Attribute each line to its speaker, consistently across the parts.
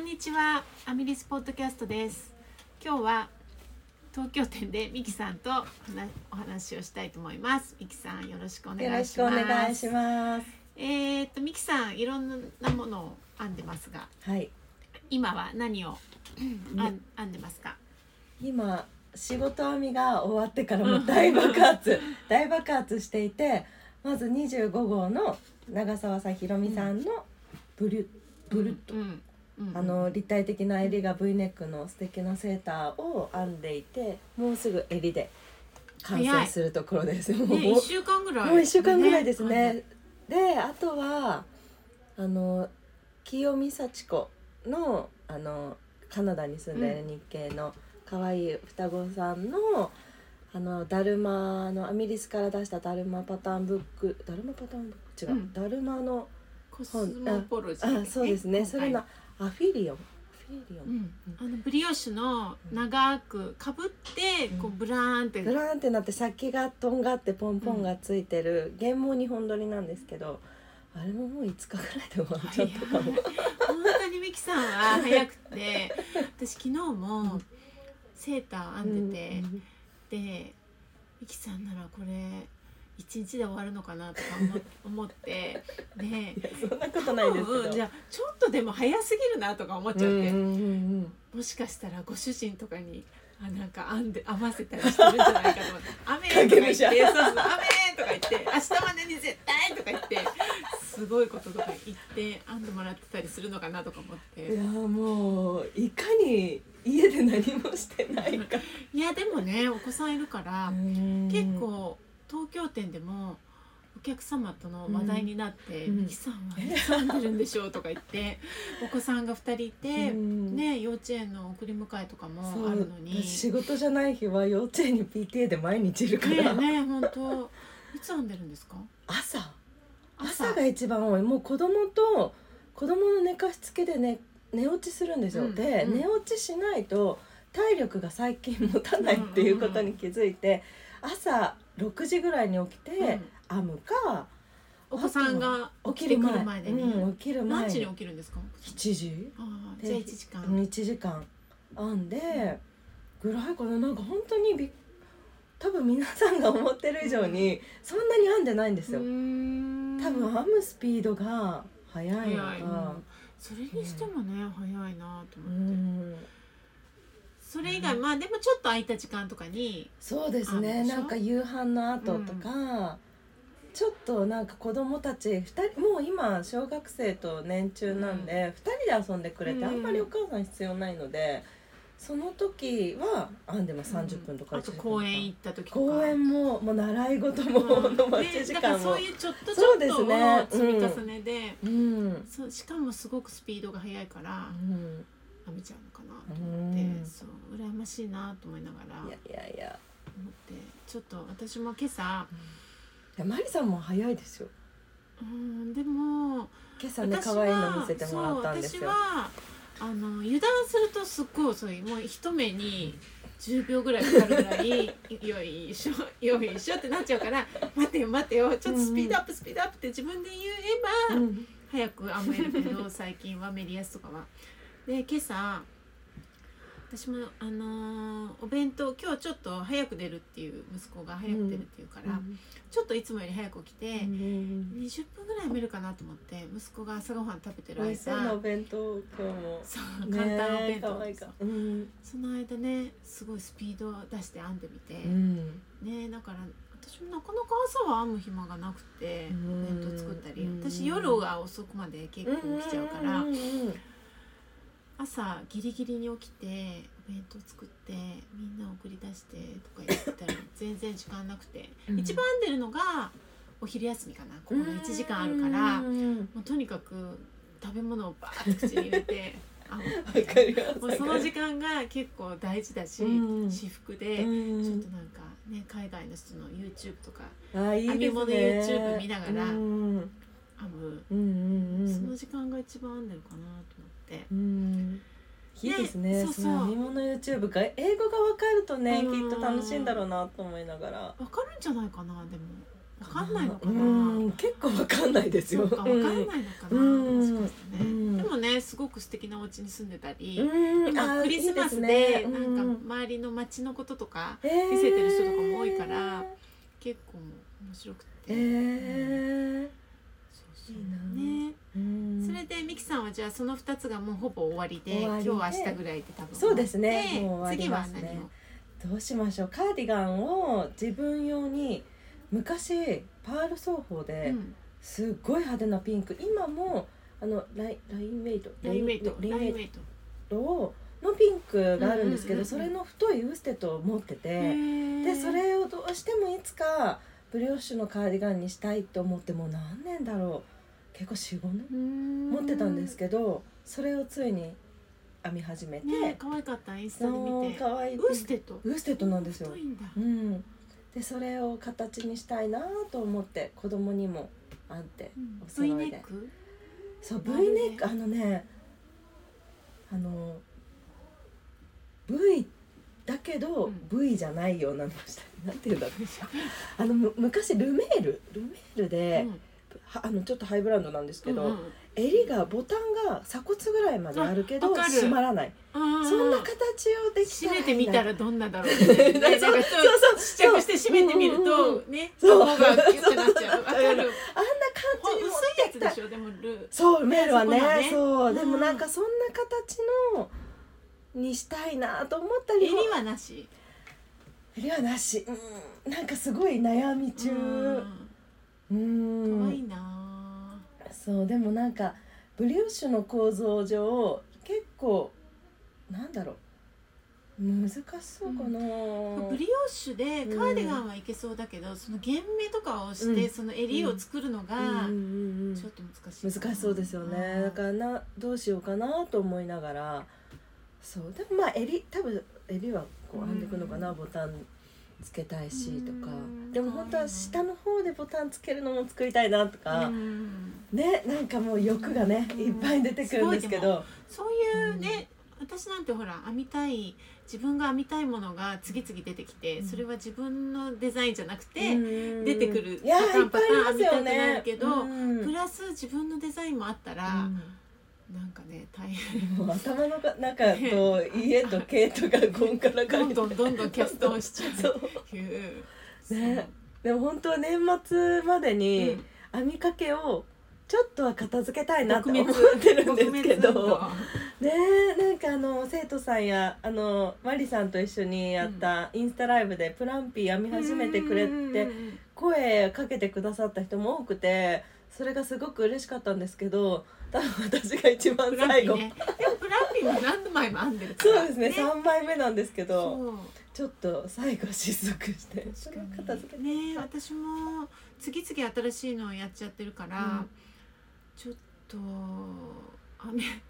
Speaker 1: にちは、アミリスポッドキャストです。今日は東京店でミキさんとお話お話をしたいと思います。ミキさんよろしくお
Speaker 2: よ
Speaker 1: 願
Speaker 2: ろ
Speaker 1: い
Speaker 2: し
Speaker 1: し
Speaker 2: くお
Speaker 1: ます。
Speaker 2: 願いします。
Speaker 1: えーっとミキさんいろんなものを編んでますが、
Speaker 2: はい。
Speaker 1: 今は何を編編んでますか。
Speaker 2: 今仕事編みが終わってからもう大爆発大爆発していて、まず25号の長澤さんひろみさんのブリュブルッと、
Speaker 1: うんうん
Speaker 2: あの立体的な襟が V ネックの素敵なセーターを編んでいて、もうすぐ襟で完
Speaker 1: 早
Speaker 2: 成
Speaker 1: い
Speaker 2: するところです。もう
Speaker 1: ね一週間ぐらい、
Speaker 2: もう一週間ぐらいですね。
Speaker 1: ね
Speaker 2: で、あとはあの清美幸子のあのカナダに住んでる日系の可愛い双子さんの、あのだるまのアミリスから出しただるまパターンブックだるまパターンブック違う、
Speaker 1: うん
Speaker 2: だるまの
Speaker 1: コスモポロジーだっけ、
Speaker 2: あそうですねそれの
Speaker 1: 今
Speaker 2: アフィリオンアフィリオ
Speaker 1: 回
Speaker 2: ン、
Speaker 1: うんあのブリオッシュの長くかぶってこうブラーンって、
Speaker 2: ブラーンってなって先がとんがってポンポンがついてる、原毛2本撮りなんですけどあれももう5日ぐらいで終わっちゃったかも。
Speaker 1: 本当にミキさんは早くて私昨日もセーター編んでて、でミキさんならこれ一日で終わるのかなとか思思ってで
Speaker 2: うん、そんなことないですけど、
Speaker 1: うん、じゃあちょっとでも早すぎるなとか思っちゃっ
Speaker 2: うんうん
Speaker 1: て、
Speaker 2: うん
Speaker 1: もしかしたらご主人とかにあなんか編んで編ませたりしてるんじゃないかと思って「雨」とか言って「
Speaker 2: 影武者
Speaker 1: そうそう雨」とか言って「明日までに絶対」とか言ってすごいこととか言って編んでもらってたりするのかなとか思っ
Speaker 2: うんい
Speaker 1: て
Speaker 2: やーもういかに家で何もしてないか、
Speaker 1: いやでもねお子さんいるから、結
Speaker 2: 結
Speaker 1: 構東京店でもお客様との話題になって「
Speaker 2: うん
Speaker 1: ミキさんは休んでるんでしょう」とか言ってお子さんが2人いて、
Speaker 2: うん
Speaker 1: ね、幼稚園の送り迎えとか
Speaker 2: そ
Speaker 1: も
Speaker 2: う
Speaker 1: あるのに。
Speaker 2: 仕事じゃない日は幼稚園に PTA で毎日いるか
Speaker 1: ね
Speaker 2: ら、
Speaker 1: えねえ本当いつ編んでるんですか
Speaker 2: 朝
Speaker 1: 朝
Speaker 2: 朝が一番多いもう子供と子供の寝かしつけで、ね、寝落ちするんですよ、
Speaker 1: うん
Speaker 2: で、
Speaker 1: うん
Speaker 2: 寝落ちしないと体力が最近持たないっていうことに気づいて、朝6時ぐらいに起きて、
Speaker 1: うん
Speaker 2: 編むか
Speaker 1: お子さんが
Speaker 2: 起
Speaker 1: 起き
Speaker 2: き
Speaker 1: て
Speaker 2: る
Speaker 1: く
Speaker 2: 前
Speaker 1: る前でに、
Speaker 2: うん、起きる前
Speaker 1: 何時に起きるんですか
Speaker 2: 7時
Speaker 1: ああ
Speaker 2: で
Speaker 1: じゃあ1時間、
Speaker 2: 1時間編んでぐらいかななんか本当にびっ多分皆さんが思ってる以上にそんなに編んでないんですよ、
Speaker 1: ん
Speaker 2: 多分編むスピードが速いの
Speaker 1: 早い、
Speaker 2: か
Speaker 1: うんそれにしてもね、早いなと
Speaker 2: う
Speaker 1: 思って、
Speaker 2: ん
Speaker 1: それ以外まあでもちょっと空いた時間とかに
Speaker 2: そうです
Speaker 1: 編む
Speaker 2: ね
Speaker 1: でしょ
Speaker 2: なんか夕飯の後とか、ちょっとなんか子供たち2人もう今小学生と年中なんで、2人で遊んでくれて、
Speaker 1: うん
Speaker 2: あんまりお母さん必要ないのでその時は編んでも30分とか
Speaker 1: あ
Speaker 2: 1
Speaker 1: と
Speaker 2: 時間とか、
Speaker 1: 公園行った時とか
Speaker 2: 公園ももう習い事も、
Speaker 1: うん
Speaker 2: の待
Speaker 1: で
Speaker 2: ち時
Speaker 1: だから
Speaker 2: 間
Speaker 1: そ
Speaker 2: も
Speaker 1: ういうちょっとち
Speaker 2: そ
Speaker 1: ょ
Speaker 2: うで
Speaker 1: っと
Speaker 2: す
Speaker 1: の
Speaker 2: ね
Speaker 1: 積み重ねで
Speaker 2: うん、うん
Speaker 1: そうしかもすごくスピードが速いから編めちゃうのかなと思って、
Speaker 2: うん
Speaker 1: そう羨ましいなと思いながら
Speaker 2: いやいやいや
Speaker 1: 思ってちょっと私も今朝
Speaker 2: いやマリさんも早いですよ
Speaker 1: うんでも
Speaker 2: 今朝ね
Speaker 1: 私
Speaker 2: 可愛いの
Speaker 1: は
Speaker 2: 見せてもらったんで
Speaker 1: そ
Speaker 2: す
Speaker 1: う私
Speaker 2: よ
Speaker 1: はあの油断するとすっごい遅いもう一目に10秒ぐらいかかるぐらい よいしょよいしょってなっちゃうから待てよ待てよちょっとスピードアップスピードアップって自分で言えば、
Speaker 2: うん
Speaker 1: 早く編めるけど 最近はメリヤスとかは。で今朝私もあのーお弁当今日ちょっと早く出るっていう息子が早く出るっていうから、ちょっといつもより早く起きて、
Speaker 2: うん
Speaker 1: 20分ぐらい見るかなと思って息子が朝ごはん食べてる
Speaker 2: お
Speaker 1: 間
Speaker 2: いしそうなお
Speaker 1: そう
Speaker 2: 弁当今日も
Speaker 1: 簡単お
Speaker 2: ね
Speaker 1: 弁
Speaker 2: え
Speaker 1: 当、
Speaker 2: 可愛いかうん
Speaker 1: その間ねすごいスピードを出して編んでみて、
Speaker 2: うん
Speaker 1: ねだから私もなかなか朝は編む暇がなくてお
Speaker 2: うん
Speaker 1: 弁当作ったり
Speaker 2: うん
Speaker 1: 私夜が遅くまで結構起きちゃうから
Speaker 2: うんうんうん
Speaker 1: 朝ギリギリに起きてお弁当作ってみんな送り出してとか言った ら全然時間なくて、
Speaker 2: うん
Speaker 1: 一番編んでるのがお昼休みかなここの1時間あるから。
Speaker 2: うんうんうん
Speaker 1: もうとにかく食べ物をバーって口に入れ てあ
Speaker 2: わかるよ
Speaker 1: もうその時間が結構大事だし、
Speaker 2: うん
Speaker 1: 私服で、ちょっとなんかね海外の人の YouTube とか
Speaker 2: あいい
Speaker 1: 編
Speaker 2: ですね
Speaker 1: み物 YouTube 見ながら
Speaker 2: うん
Speaker 1: 編む、
Speaker 2: うんうんうん
Speaker 1: その時間が一番編んでるかなと思って。
Speaker 2: うんいいですね。
Speaker 1: ね
Speaker 2: そ
Speaker 1: そうそう
Speaker 2: の編み物 YouTube が英語がわかるとね、
Speaker 1: うん
Speaker 2: きっと楽しいんだろうなと思いながら。
Speaker 1: わかるんじゃないかなでもわかんないのかな、
Speaker 2: うん、結構わかんないです
Speaker 1: そ
Speaker 2: よ。
Speaker 1: うかわかんないのかな、
Speaker 2: うん
Speaker 1: もしかしてね、
Speaker 2: うん
Speaker 1: でもねねすごく素敵なお家に住んでたり、
Speaker 2: うん
Speaker 1: 今
Speaker 2: あ
Speaker 1: クリスマス
Speaker 2: いい
Speaker 1: で
Speaker 2: ですねう
Speaker 1: なん
Speaker 2: ん
Speaker 1: か周りの街のこととか
Speaker 2: えー
Speaker 1: 見せてる人とかも多いから結構面白くて、
Speaker 2: えー
Speaker 1: そうそう
Speaker 2: いいな
Speaker 1: ね、
Speaker 2: うん
Speaker 1: それでミキさんはじゃあその2つがもうほぼ終わりで
Speaker 2: 終わりで
Speaker 1: 今日明日ぐらいで多分
Speaker 2: そうですね
Speaker 1: 終
Speaker 2: もう
Speaker 1: わって
Speaker 2: 終わります
Speaker 1: 次
Speaker 2: ね
Speaker 1: は何を
Speaker 2: どうしましょうカーディガンを自分用に昔パール奏法で
Speaker 1: うん
Speaker 2: すっごい派手なピンク今もあのライラインウェイト
Speaker 1: ラインウェイト
Speaker 2: レイン
Speaker 1: ラ
Speaker 2: ウ
Speaker 1: インウ
Speaker 2: ェイ
Speaker 1: ェイト
Speaker 2: トをのピンクがあるんですけど、
Speaker 1: うんうんうんうん
Speaker 2: それの太いウステットを持ってて、
Speaker 1: で
Speaker 2: でそれをどうしてもいつかブリオッシュのカーディガンにしたいと思ってもう何年だろう結構45年持
Speaker 1: 持
Speaker 2: ってたんですけどそれをついに編み始めて、
Speaker 1: ね可愛かったインスタで見て
Speaker 2: かわいい
Speaker 1: ウーステッド
Speaker 2: ウステッドなんですよ
Speaker 1: 太いんだ
Speaker 2: うん、でそれを形にしたいなと思って子供にもあって
Speaker 1: うん
Speaker 2: お揃
Speaker 1: V
Speaker 2: いで
Speaker 1: ネック
Speaker 2: そう V
Speaker 1: な
Speaker 2: ネ
Speaker 1: るほどね
Speaker 2: ックあのねあの V だけど
Speaker 1: うん
Speaker 2: V じゃないようなのしたなんていう んだろうあのむ昔ルメールルメールで、
Speaker 1: うん
Speaker 2: はあのちょっとハイブランドなんですけど、
Speaker 1: うんうん
Speaker 2: 襟がボタンが鎖骨ぐらいまであるけ
Speaker 1: あ
Speaker 2: ど
Speaker 1: わかる
Speaker 2: 閉まらない、
Speaker 1: うん
Speaker 2: そんな形をでき
Speaker 1: 締
Speaker 2: たら
Speaker 1: め
Speaker 2: いいな
Speaker 1: てみたらどんなだろうねね なんかちょっと
Speaker 2: そうそう
Speaker 1: 試 着して締めてみる
Speaker 2: うんうん
Speaker 1: とね
Speaker 2: そう
Speaker 1: 顔がキュッてなっちゃうわか
Speaker 2: そう
Speaker 1: る
Speaker 2: あん
Speaker 1: ほん
Speaker 2: な感じに持
Speaker 1: 薄
Speaker 2: っ
Speaker 1: いや
Speaker 2: て
Speaker 1: つ
Speaker 2: きた
Speaker 1: でしょでもル
Speaker 2: そうメールは
Speaker 1: そ
Speaker 2: ね
Speaker 1: このね
Speaker 2: そう、
Speaker 1: うん
Speaker 2: でもなんかそんな形のにしたいなと思ったり
Speaker 1: 襟
Speaker 2: も
Speaker 1: はなし
Speaker 2: 襟はなし、うん、なんかすごい悩み中う
Speaker 1: うんん可愛いな
Speaker 2: そうでもなんかブリオッシュの構造上結構なんだろう難しそうかな、
Speaker 1: ブリオッシュでカーディガンはいけそうだけどその原目とかをして
Speaker 2: うん
Speaker 1: その襟を作るのが
Speaker 2: うんうんうん
Speaker 1: ちょっと難しい
Speaker 2: 難しそうですよねだからなどうしようかなと思いながらそうでもまあ襟多分襟はこう編んでいくのかな、
Speaker 1: うん
Speaker 2: ボタンつけたいしとか、
Speaker 1: うん
Speaker 2: でも本当は下の方でボタンつけるのも作りたいなとか、
Speaker 1: うん
Speaker 2: ねなんかもう欲がね、
Speaker 1: うん
Speaker 2: いっぱい出てくるんですけど
Speaker 1: そういうね、私なんてほら編みたい自分が編みたいものが次々出てきて、
Speaker 2: うん
Speaker 1: それは自分のデザインじゃなくて、
Speaker 2: うん
Speaker 1: 出てくる
Speaker 2: いやーいっぱいあり
Speaker 1: パターンパタ
Speaker 2: ますよ
Speaker 1: ーン見たくな
Speaker 2: ね
Speaker 1: るけど
Speaker 2: うん
Speaker 1: プラス自分のデザインもあったら、なんかね大変
Speaker 2: うんもう頭の中と家と毛とかゴンからか
Speaker 1: どん
Speaker 2: けて
Speaker 1: どんどんどんキャストをしちゃう
Speaker 2: そう
Speaker 1: っていう。
Speaker 2: ねでも本当は年末まで
Speaker 1: そう
Speaker 2: に、
Speaker 1: うん
Speaker 2: 編みかけをちょっとは片付けたいな
Speaker 1: 特
Speaker 2: と思っ
Speaker 1: 別
Speaker 2: てるんですけ
Speaker 1: 特別運動
Speaker 2: どねえなんかあの生徒さんやあのマリさんと一緒にやったインスタライブでプランピー編み始めてくれ
Speaker 1: う
Speaker 2: て
Speaker 1: ん
Speaker 2: 声かけてくださった人も多くてそれがすごく嬉しかったんですけど多分私が一番
Speaker 1: プラン
Speaker 2: 最
Speaker 1: ピー
Speaker 2: 後、
Speaker 1: ねでもプランピーも何枚も編んでるから
Speaker 2: そうですね3枚目なんですけど
Speaker 1: そう
Speaker 2: ちょっと最後失速してそれを片付けて
Speaker 1: ね私も次々新しいのをやっちゃってるから、
Speaker 2: うん
Speaker 1: ちょっと編み編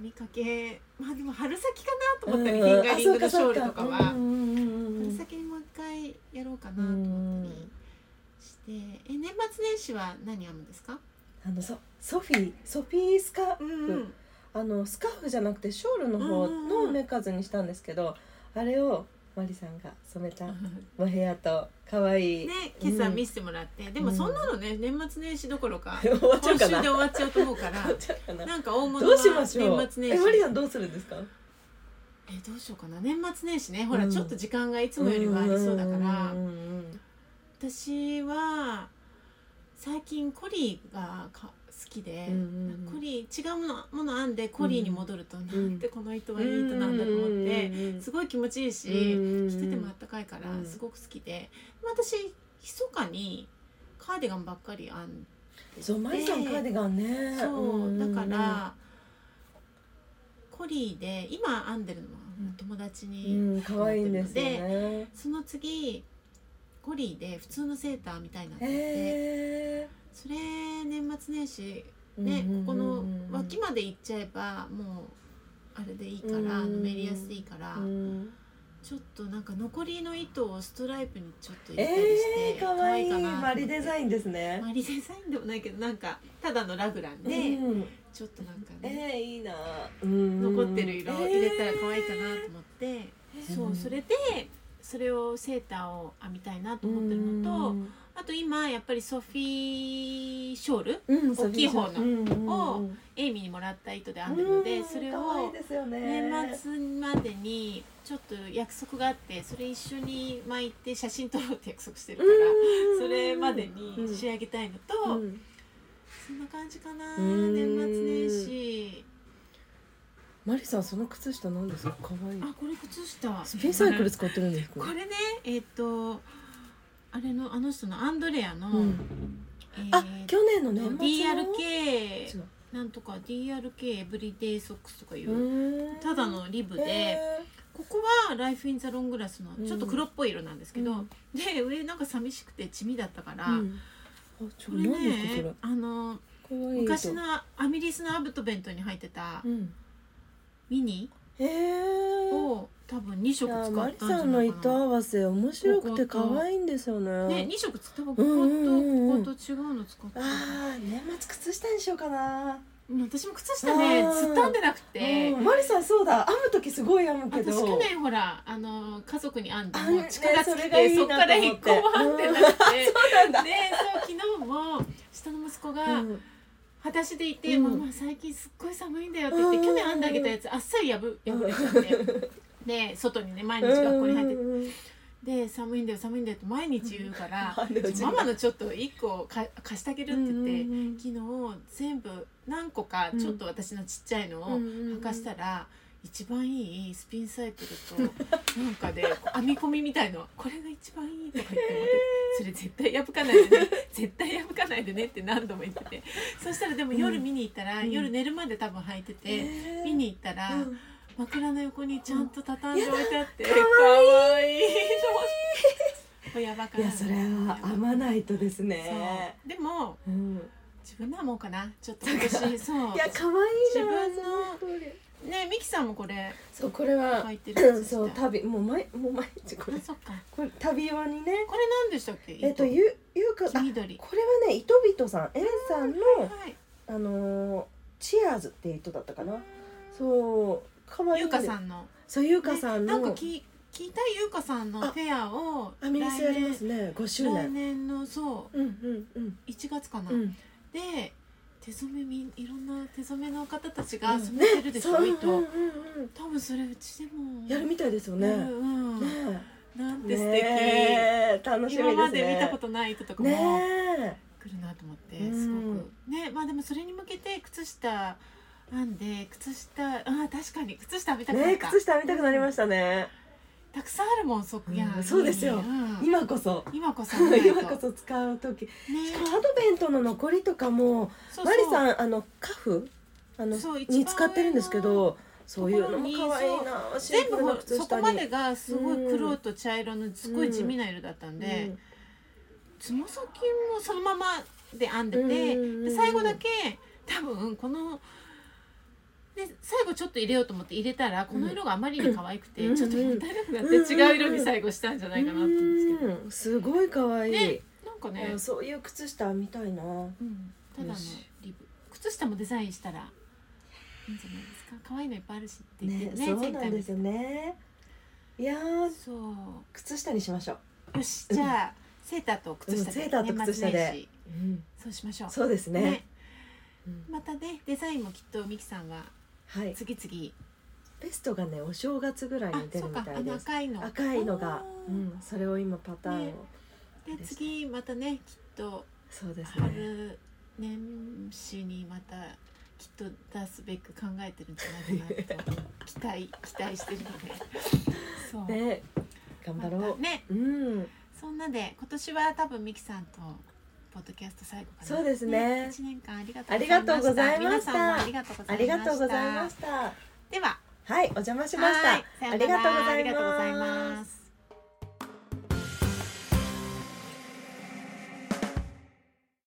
Speaker 1: みかけまあでも春先かなと思ったり、
Speaker 2: うん
Speaker 1: フィンガリングのショールとか
Speaker 2: あそうかそうか
Speaker 1: は、
Speaker 2: うんうんうんうん
Speaker 1: 春先にもう一回やろうかなと思ったりして、え年末年始は何編むんですか、
Speaker 2: あのソソフィーソフィースカ
Speaker 1: うん
Speaker 2: あのスカーフじゃなくてショールの方
Speaker 1: うんうんう
Speaker 2: の
Speaker 1: ん
Speaker 2: 目数にしたんですけどあれをマリさんが染めたお部屋と可愛い
Speaker 1: ね今朝見せてもらって、でもそんなのね年末年始どころか
Speaker 2: 終わっち
Speaker 1: 今
Speaker 2: ゃ
Speaker 1: 週
Speaker 2: うか
Speaker 1: で終
Speaker 2: な 終
Speaker 1: わっちゃうと思うか
Speaker 2: わっ
Speaker 1: ら
Speaker 2: ちゃうかな
Speaker 1: なんか大物
Speaker 2: ど
Speaker 1: は
Speaker 2: うしましょう
Speaker 1: 年末年
Speaker 2: え
Speaker 1: 始
Speaker 2: マリさんどうするんですか
Speaker 1: えどうしようかな年末年始ねほら、
Speaker 2: うん
Speaker 1: ちょっと時間がいつもよりはありそうだから、
Speaker 2: うんうん
Speaker 1: 私は最近コリーがか好きで、
Speaker 2: うんうんうん
Speaker 1: コリー違うものもの編んでコリーに戻ると、
Speaker 2: ん
Speaker 1: なんてこの糸はいい糸なんだと思って、すごい気持ちいいし、着ててもあったかいから
Speaker 2: うん
Speaker 1: すごく好きで、私密かにカーディガンばっかり編んでて
Speaker 2: そうマリさんカーディガンね
Speaker 1: そうだ
Speaker 2: ん
Speaker 1: から、コリーで今編んでるのは友達
Speaker 2: う
Speaker 1: に。
Speaker 2: ん可愛いんですよね
Speaker 1: その次コリーで普通のセーターみたいなのがあって、
Speaker 2: へ
Speaker 1: それ年末年始
Speaker 2: ー
Speaker 1: ね、
Speaker 2: うんうん
Speaker 1: こ
Speaker 2: う
Speaker 1: こ
Speaker 2: んうん
Speaker 1: の脇まで行っちゃえばもうあれでいいから、
Speaker 2: うんうん
Speaker 1: あのメリアスでいいから、
Speaker 2: うん
Speaker 1: ちょっとなんか残りの糸をストライプにちょっと入れたりして、
Speaker 2: えー、かわいい
Speaker 1: 可愛かなと思
Speaker 2: マ
Speaker 1: って
Speaker 2: リデザインですね。
Speaker 1: マリデザインでもないけどなんかただのラグランで、
Speaker 2: うん、
Speaker 1: ちょっとなんか
Speaker 2: え
Speaker 1: ね、
Speaker 2: ー、いいな。残
Speaker 1: 残ってる色を入れたら可愛いかなと思って、そうそれでそれをセーターを編みたいなと思ってるのと。あと今やっぱりソフィーいショール
Speaker 2: うん、
Speaker 1: 大きい方の
Speaker 2: の
Speaker 1: をエイミーにもらった糸で編んでるのでそれを年末までにちょっと約束があってそれ一緒に巻いて写真撮ろうって約束してるからそれまでに仕上げたいのと、
Speaker 2: うん
Speaker 1: そんな感じかな
Speaker 2: うん
Speaker 1: 年末年始
Speaker 2: マリさんその靴下なんですか可愛い
Speaker 1: あこれ靴下
Speaker 2: スピンサイクル使ってるんですか
Speaker 1: これねえっ、とあれのあの人のアンドレアの、
Speaker 2: うん
Speaker 1: えー
Speaker 2: あ去年の年末の
Speaker 1: DRK
Speaker 2: 違う
Speaker 1: なんとか DRK エブリデイソックスとかいう、
Speaker 2: うーん
Speaker 1: ただのリブで、
Speaker 2: へ
Speaker 1: ここは「ライフ・イン・ザ・ロングラス」のちょっと黒っぽい色なんですけど、
Speaker 2: うん
Speaker 1: で上なんか寂しくて地味だったから、
Speaker 2: ーうんあちょ
Speaker 1: こ
Speaker 2: っと
Speaker 1: れ
Speaker 2: 何ですかそれ
Speaker 1: ねあの
Speaker 2: 可愛いと
Speaker 1: 昔のアミリスのアブトベントに入ってた
Speaker 2: うん
Speaker 1: ミニ
Speaker 2: へえ
Speaker 1: を多分2
Speaker 2: い
Speaker 1: 色
Speaker 2: や
Speaker 1: 使
Speaker 2: マ
Speaker 1: っ
Speaker 2: リ
Speaker 1: たんじ
Speaker 2: さ
Speaker 1: ゃ
Speaker 2: んの
Speaker 1: ないか
Speaker 2: 糸
Speaker 1: な。
Speaker 2: 合わせ面白くて可愛いんですよ
Speaker 1: ね、
Speaker 2: ね
Speaker 1: 2色使ったここと
Speaker 2: うんうんうん
Speaker 1: ここと違うの使ってた、
Speaker 2: あー年末靴下にしようかな
Speaker 1: うん私も靴下ね
Speaker 2: あー
Speaker 1: ずっと編んでなくて
Speaker 2: うんマリさんそうだ編む時すごい編むけど
Speaker 1: 私去年ほらあの家族に編んで
Speaker 2: あ
Speaker 1: もう力がつきて
Speaker 2: ね
Speaker 1: そこから一個も編んでなくて、
Speaker 2: そうなんだ
Speaker 1: ねそう昨日も下の息子が
Speaker 2: うん
Speaker 1: 裸足でいて「
Speaker 2: うん
Speaker 1: ママ最近すっごい寒いんだよ」って言って、去年編んであげたやつあっさり破破れちゃって。で外にね毎日学校に入って
Speaker 2: うんうんうん
Speaker 1: で寒いんだよ寒いんだよって毎日言う から
Speaker 2: うん
Speaker 1: ちょママのちょっと1個か貸してあげるって言って、
Speaker 2: うんうんうん
Speaker 1: 昨日全部何個かちょっと私のちっちゃいのを履かしたら、一番いいスピンサイクル となんかで編み込みみたいのこれが一番いいとか言ってもらってそれ絶対破かないでね絶対破かないでねって何度も言っててそしたらでも夜見に行ったら、
Speaker 2: うん
Speaker 1: 夜寝るまで多分履いてて、
Speaker 2: えー
Speaker 1: 見に行ったら、
Speaker 2: うん
Speaker 1: 枕の横にちゃんと畳んで置いてあって、
Speaker 2: やだ
Speaker 1: わいいと思ってやばか
Speaker 2: いやそれは編まないとですね
Speaker 1: そうでも
Speaker 2: うん
Speaker 1: 自分のはもうかなちょっと私そう
Speaker 2: いや可愛い
Speaker 1: 自
Speaker 2: な
Speaker 1: 分の
Speaker 2: それ
Speaker 1: ねミキさんもこれ
Speaker 2: そうこれは
Speaker 1: 書いてる
Speaker 2: うん
Speaker 1: 靴下
Speaker 2: そう旅もう毎もう毎日これ
Speaker 1: あそっか
Speaker 2: これ旅用にね
Speaker 1: これ何でしたっけ
Speaker 2: えっと
Speaker 1: 糸
Speaker 2: ゆゆうかあ
Speaker 1: 黄緑
Speaker 2: これはね糸人さんエンさんの
Speaker 1: はい
Speaker 2: あのーチアーズっていう人だったかなそう可愛い
Speaker 1: 優香さ
Speaker 2: ん
Speaker 1: んの
Speaker 2: そうゆうかさん
Speaker 1: ね
Speaker 2: の
Speaker 1: なんかき聞いた優香さんのフェアを
Speaker 2: アミリスやります
Speaker 1: 来
Speaker 2: ね5周
Speaker 1: 年来
Speaker 2: 年
Speaker 1: 年のそ
Speaker 2: うんうん
Speaker 1: う1月かな、
Speaker 2: うんうん
Speaker 1: で手染めみいろんな手染めの方たちが
Speaker 2: うん
Speaker 1: 染めてるでしょ、
Speaker 2: ね
Speaker 1: 糸、
Speaker 2: そううんうんうん
Speaker 1: 多分それうちでも
Speaker 2: やるみたいですよ
Speaker 1: た
Speaker 2: ね
Speaker 1: う
Speaker 2: ね
Speaker 1: んうん、なんて素敵、
Speaker 2: ねえ楽しみですね
Speaker 1: 今まで見たことない糸とかも
Speaker 2: ね
Speaker 1: 来
Speaker 2: え
Speaker 1: るなと思って、
Speaker 2: うん
Speaker 1: すごくねまあでもそれに向けて靴下編んで靴下あー確かに靴下編みたくな
Speaker 2: ね
Speaker 1: った、
Speaker 2: 靴下見たくなりましたね、
Speaker 1: たくさんあるもんそこや、
Speaker 2: うんそうですよ
Speaker 1: ん
Speaker 2: 今こそ
Speaker 1: 今こそね
Speaker 2: 今こそ使う時しかもアドベントの残りとかも
Speaker 1: そうそう
Speaker 2: マリさんあのカフあの
Speaker 1: そう一番
Speaker 2: に使ってるんですけどそういうのも可愛い
Speaker 1: とこ
Speaker 2: なシン
Speaker 1: 全
Speaker 2: プ
Speaker 1: 部
Speaker 2: ルな
Speaker 1: ほ
Speaker 2: 靴
Speaker 1: そこ
Speaker 2: 下
Speaker 1: ま
Speaker 2: に
Speaker 1: でがすごい黒と茶色のすごい地味な色だったんで、
Speaker 2: うん
Speaker 1: つま先もそのままで編んでて、
Speaker 2: うんうんうん
Speaker 1: で最後だけ多分こので最後ちょっと入れようと思って入れたらこの色があまりに可愛くて、
Speaker 2: うん
Speaker 1: ちょっともったいなくなって
Speaker 2: うんうん
Speaker 1: 違う色に最後したんじゃないかなと思うんですけど、
Speaker 2: うんすごい可愛い、
Speaker 1: ねなんかね
Speaker 2: あ、そういう靴下みたいな
Speaker 1: うん、ただの
Speaker 2: よし
Speaker 1: リブ靴下もデザインしたらいいんじゃないですか可愛いのいっぱいあるしって言っ
Speaker 2: ね
Speaker 1: てね
Speaker 2: そうなんですよねいや
Speaker 1: ツイ
Speaker 2: ー
Speaker 1: ッターにそ
Speaker 2: 靴下にしましょう、
Speaker 1: うよしじゃあセーターと靴下で、
Speaker 2: うんセーターと靴下
Speaker 1: 年末
Speaker 2: で
Speaker 1: 年始
Speaker 2: うん
Speaker 1: そうしましょう
Speaker 2: そうですねうん
Speaker 1: またねデザインもきっとミキさんは
Speaker 2: はい
Speaker 1: 次々
Speaker 2: ベストがねお正月ぐらい
Speaker 1: あ
Speaker 2: に出
Speaker 1: そ
Speaker 2: る
Speaker 1: う
Speaker 2: み
Speaker 1: か
Speaker 2: た
Speaker 1: あ
Speaker 2: い
Speaker 1: の
Speaker 2: です
Speaker 1: 赤いの
Speaker 2: 赤いのが、
Speaker 1: お
Speaker 2: う
Speaker 1: ー
Speaker 2: ん、それを今パターンを、
Speaker 1: ねで次またねきっと
Speaker 2: そうですね
Speaker 1: 春年始にまたきっと出すべく考えてるんじゃないかなと 期待期待してるのでそう、
Speaker 2: ね頑張
Speaker 1: ま
Speaker 2: ろ
Speaker 1: た
Speaker 2: う、
Speaker 1: ね
Speaker 2: うん
Speaker 1: そんなで今年は多分ミキさんとポッドキャスト最後かな
Speaker 2: そうですね
Speaker 1: 一年間ありが
Speaker 2: ありがと
Speaker 1: と
Speaker 2: う
Speaker 1: う
Speaker 2: ご
Speaker 1: ご
Speaker 2: ざ
Speaker 1: ざ
Speaker 2: い
Speaker 1: い
Speaker 2: ま
Speaker 1: ま
Speaker 2: し
Speaker 1: したた皆さんもありがとうございました
Speaker 2: ありがとうございました
Speaker 1: では
Speaker 2: はいお邪魔しまし
Speaker 1: は
Speaker 2: た
Speaker 1: いさよ
Speaker 2: あ
Speaker 1: な
Speaker 2: りがとうご
Speaker 1: ら
Speaker 2: ざ
Speaker 1: あ
Speaker 2: い
Speaker 1: りがとうござい
Speaker 2: ま
Speaker 1: ますす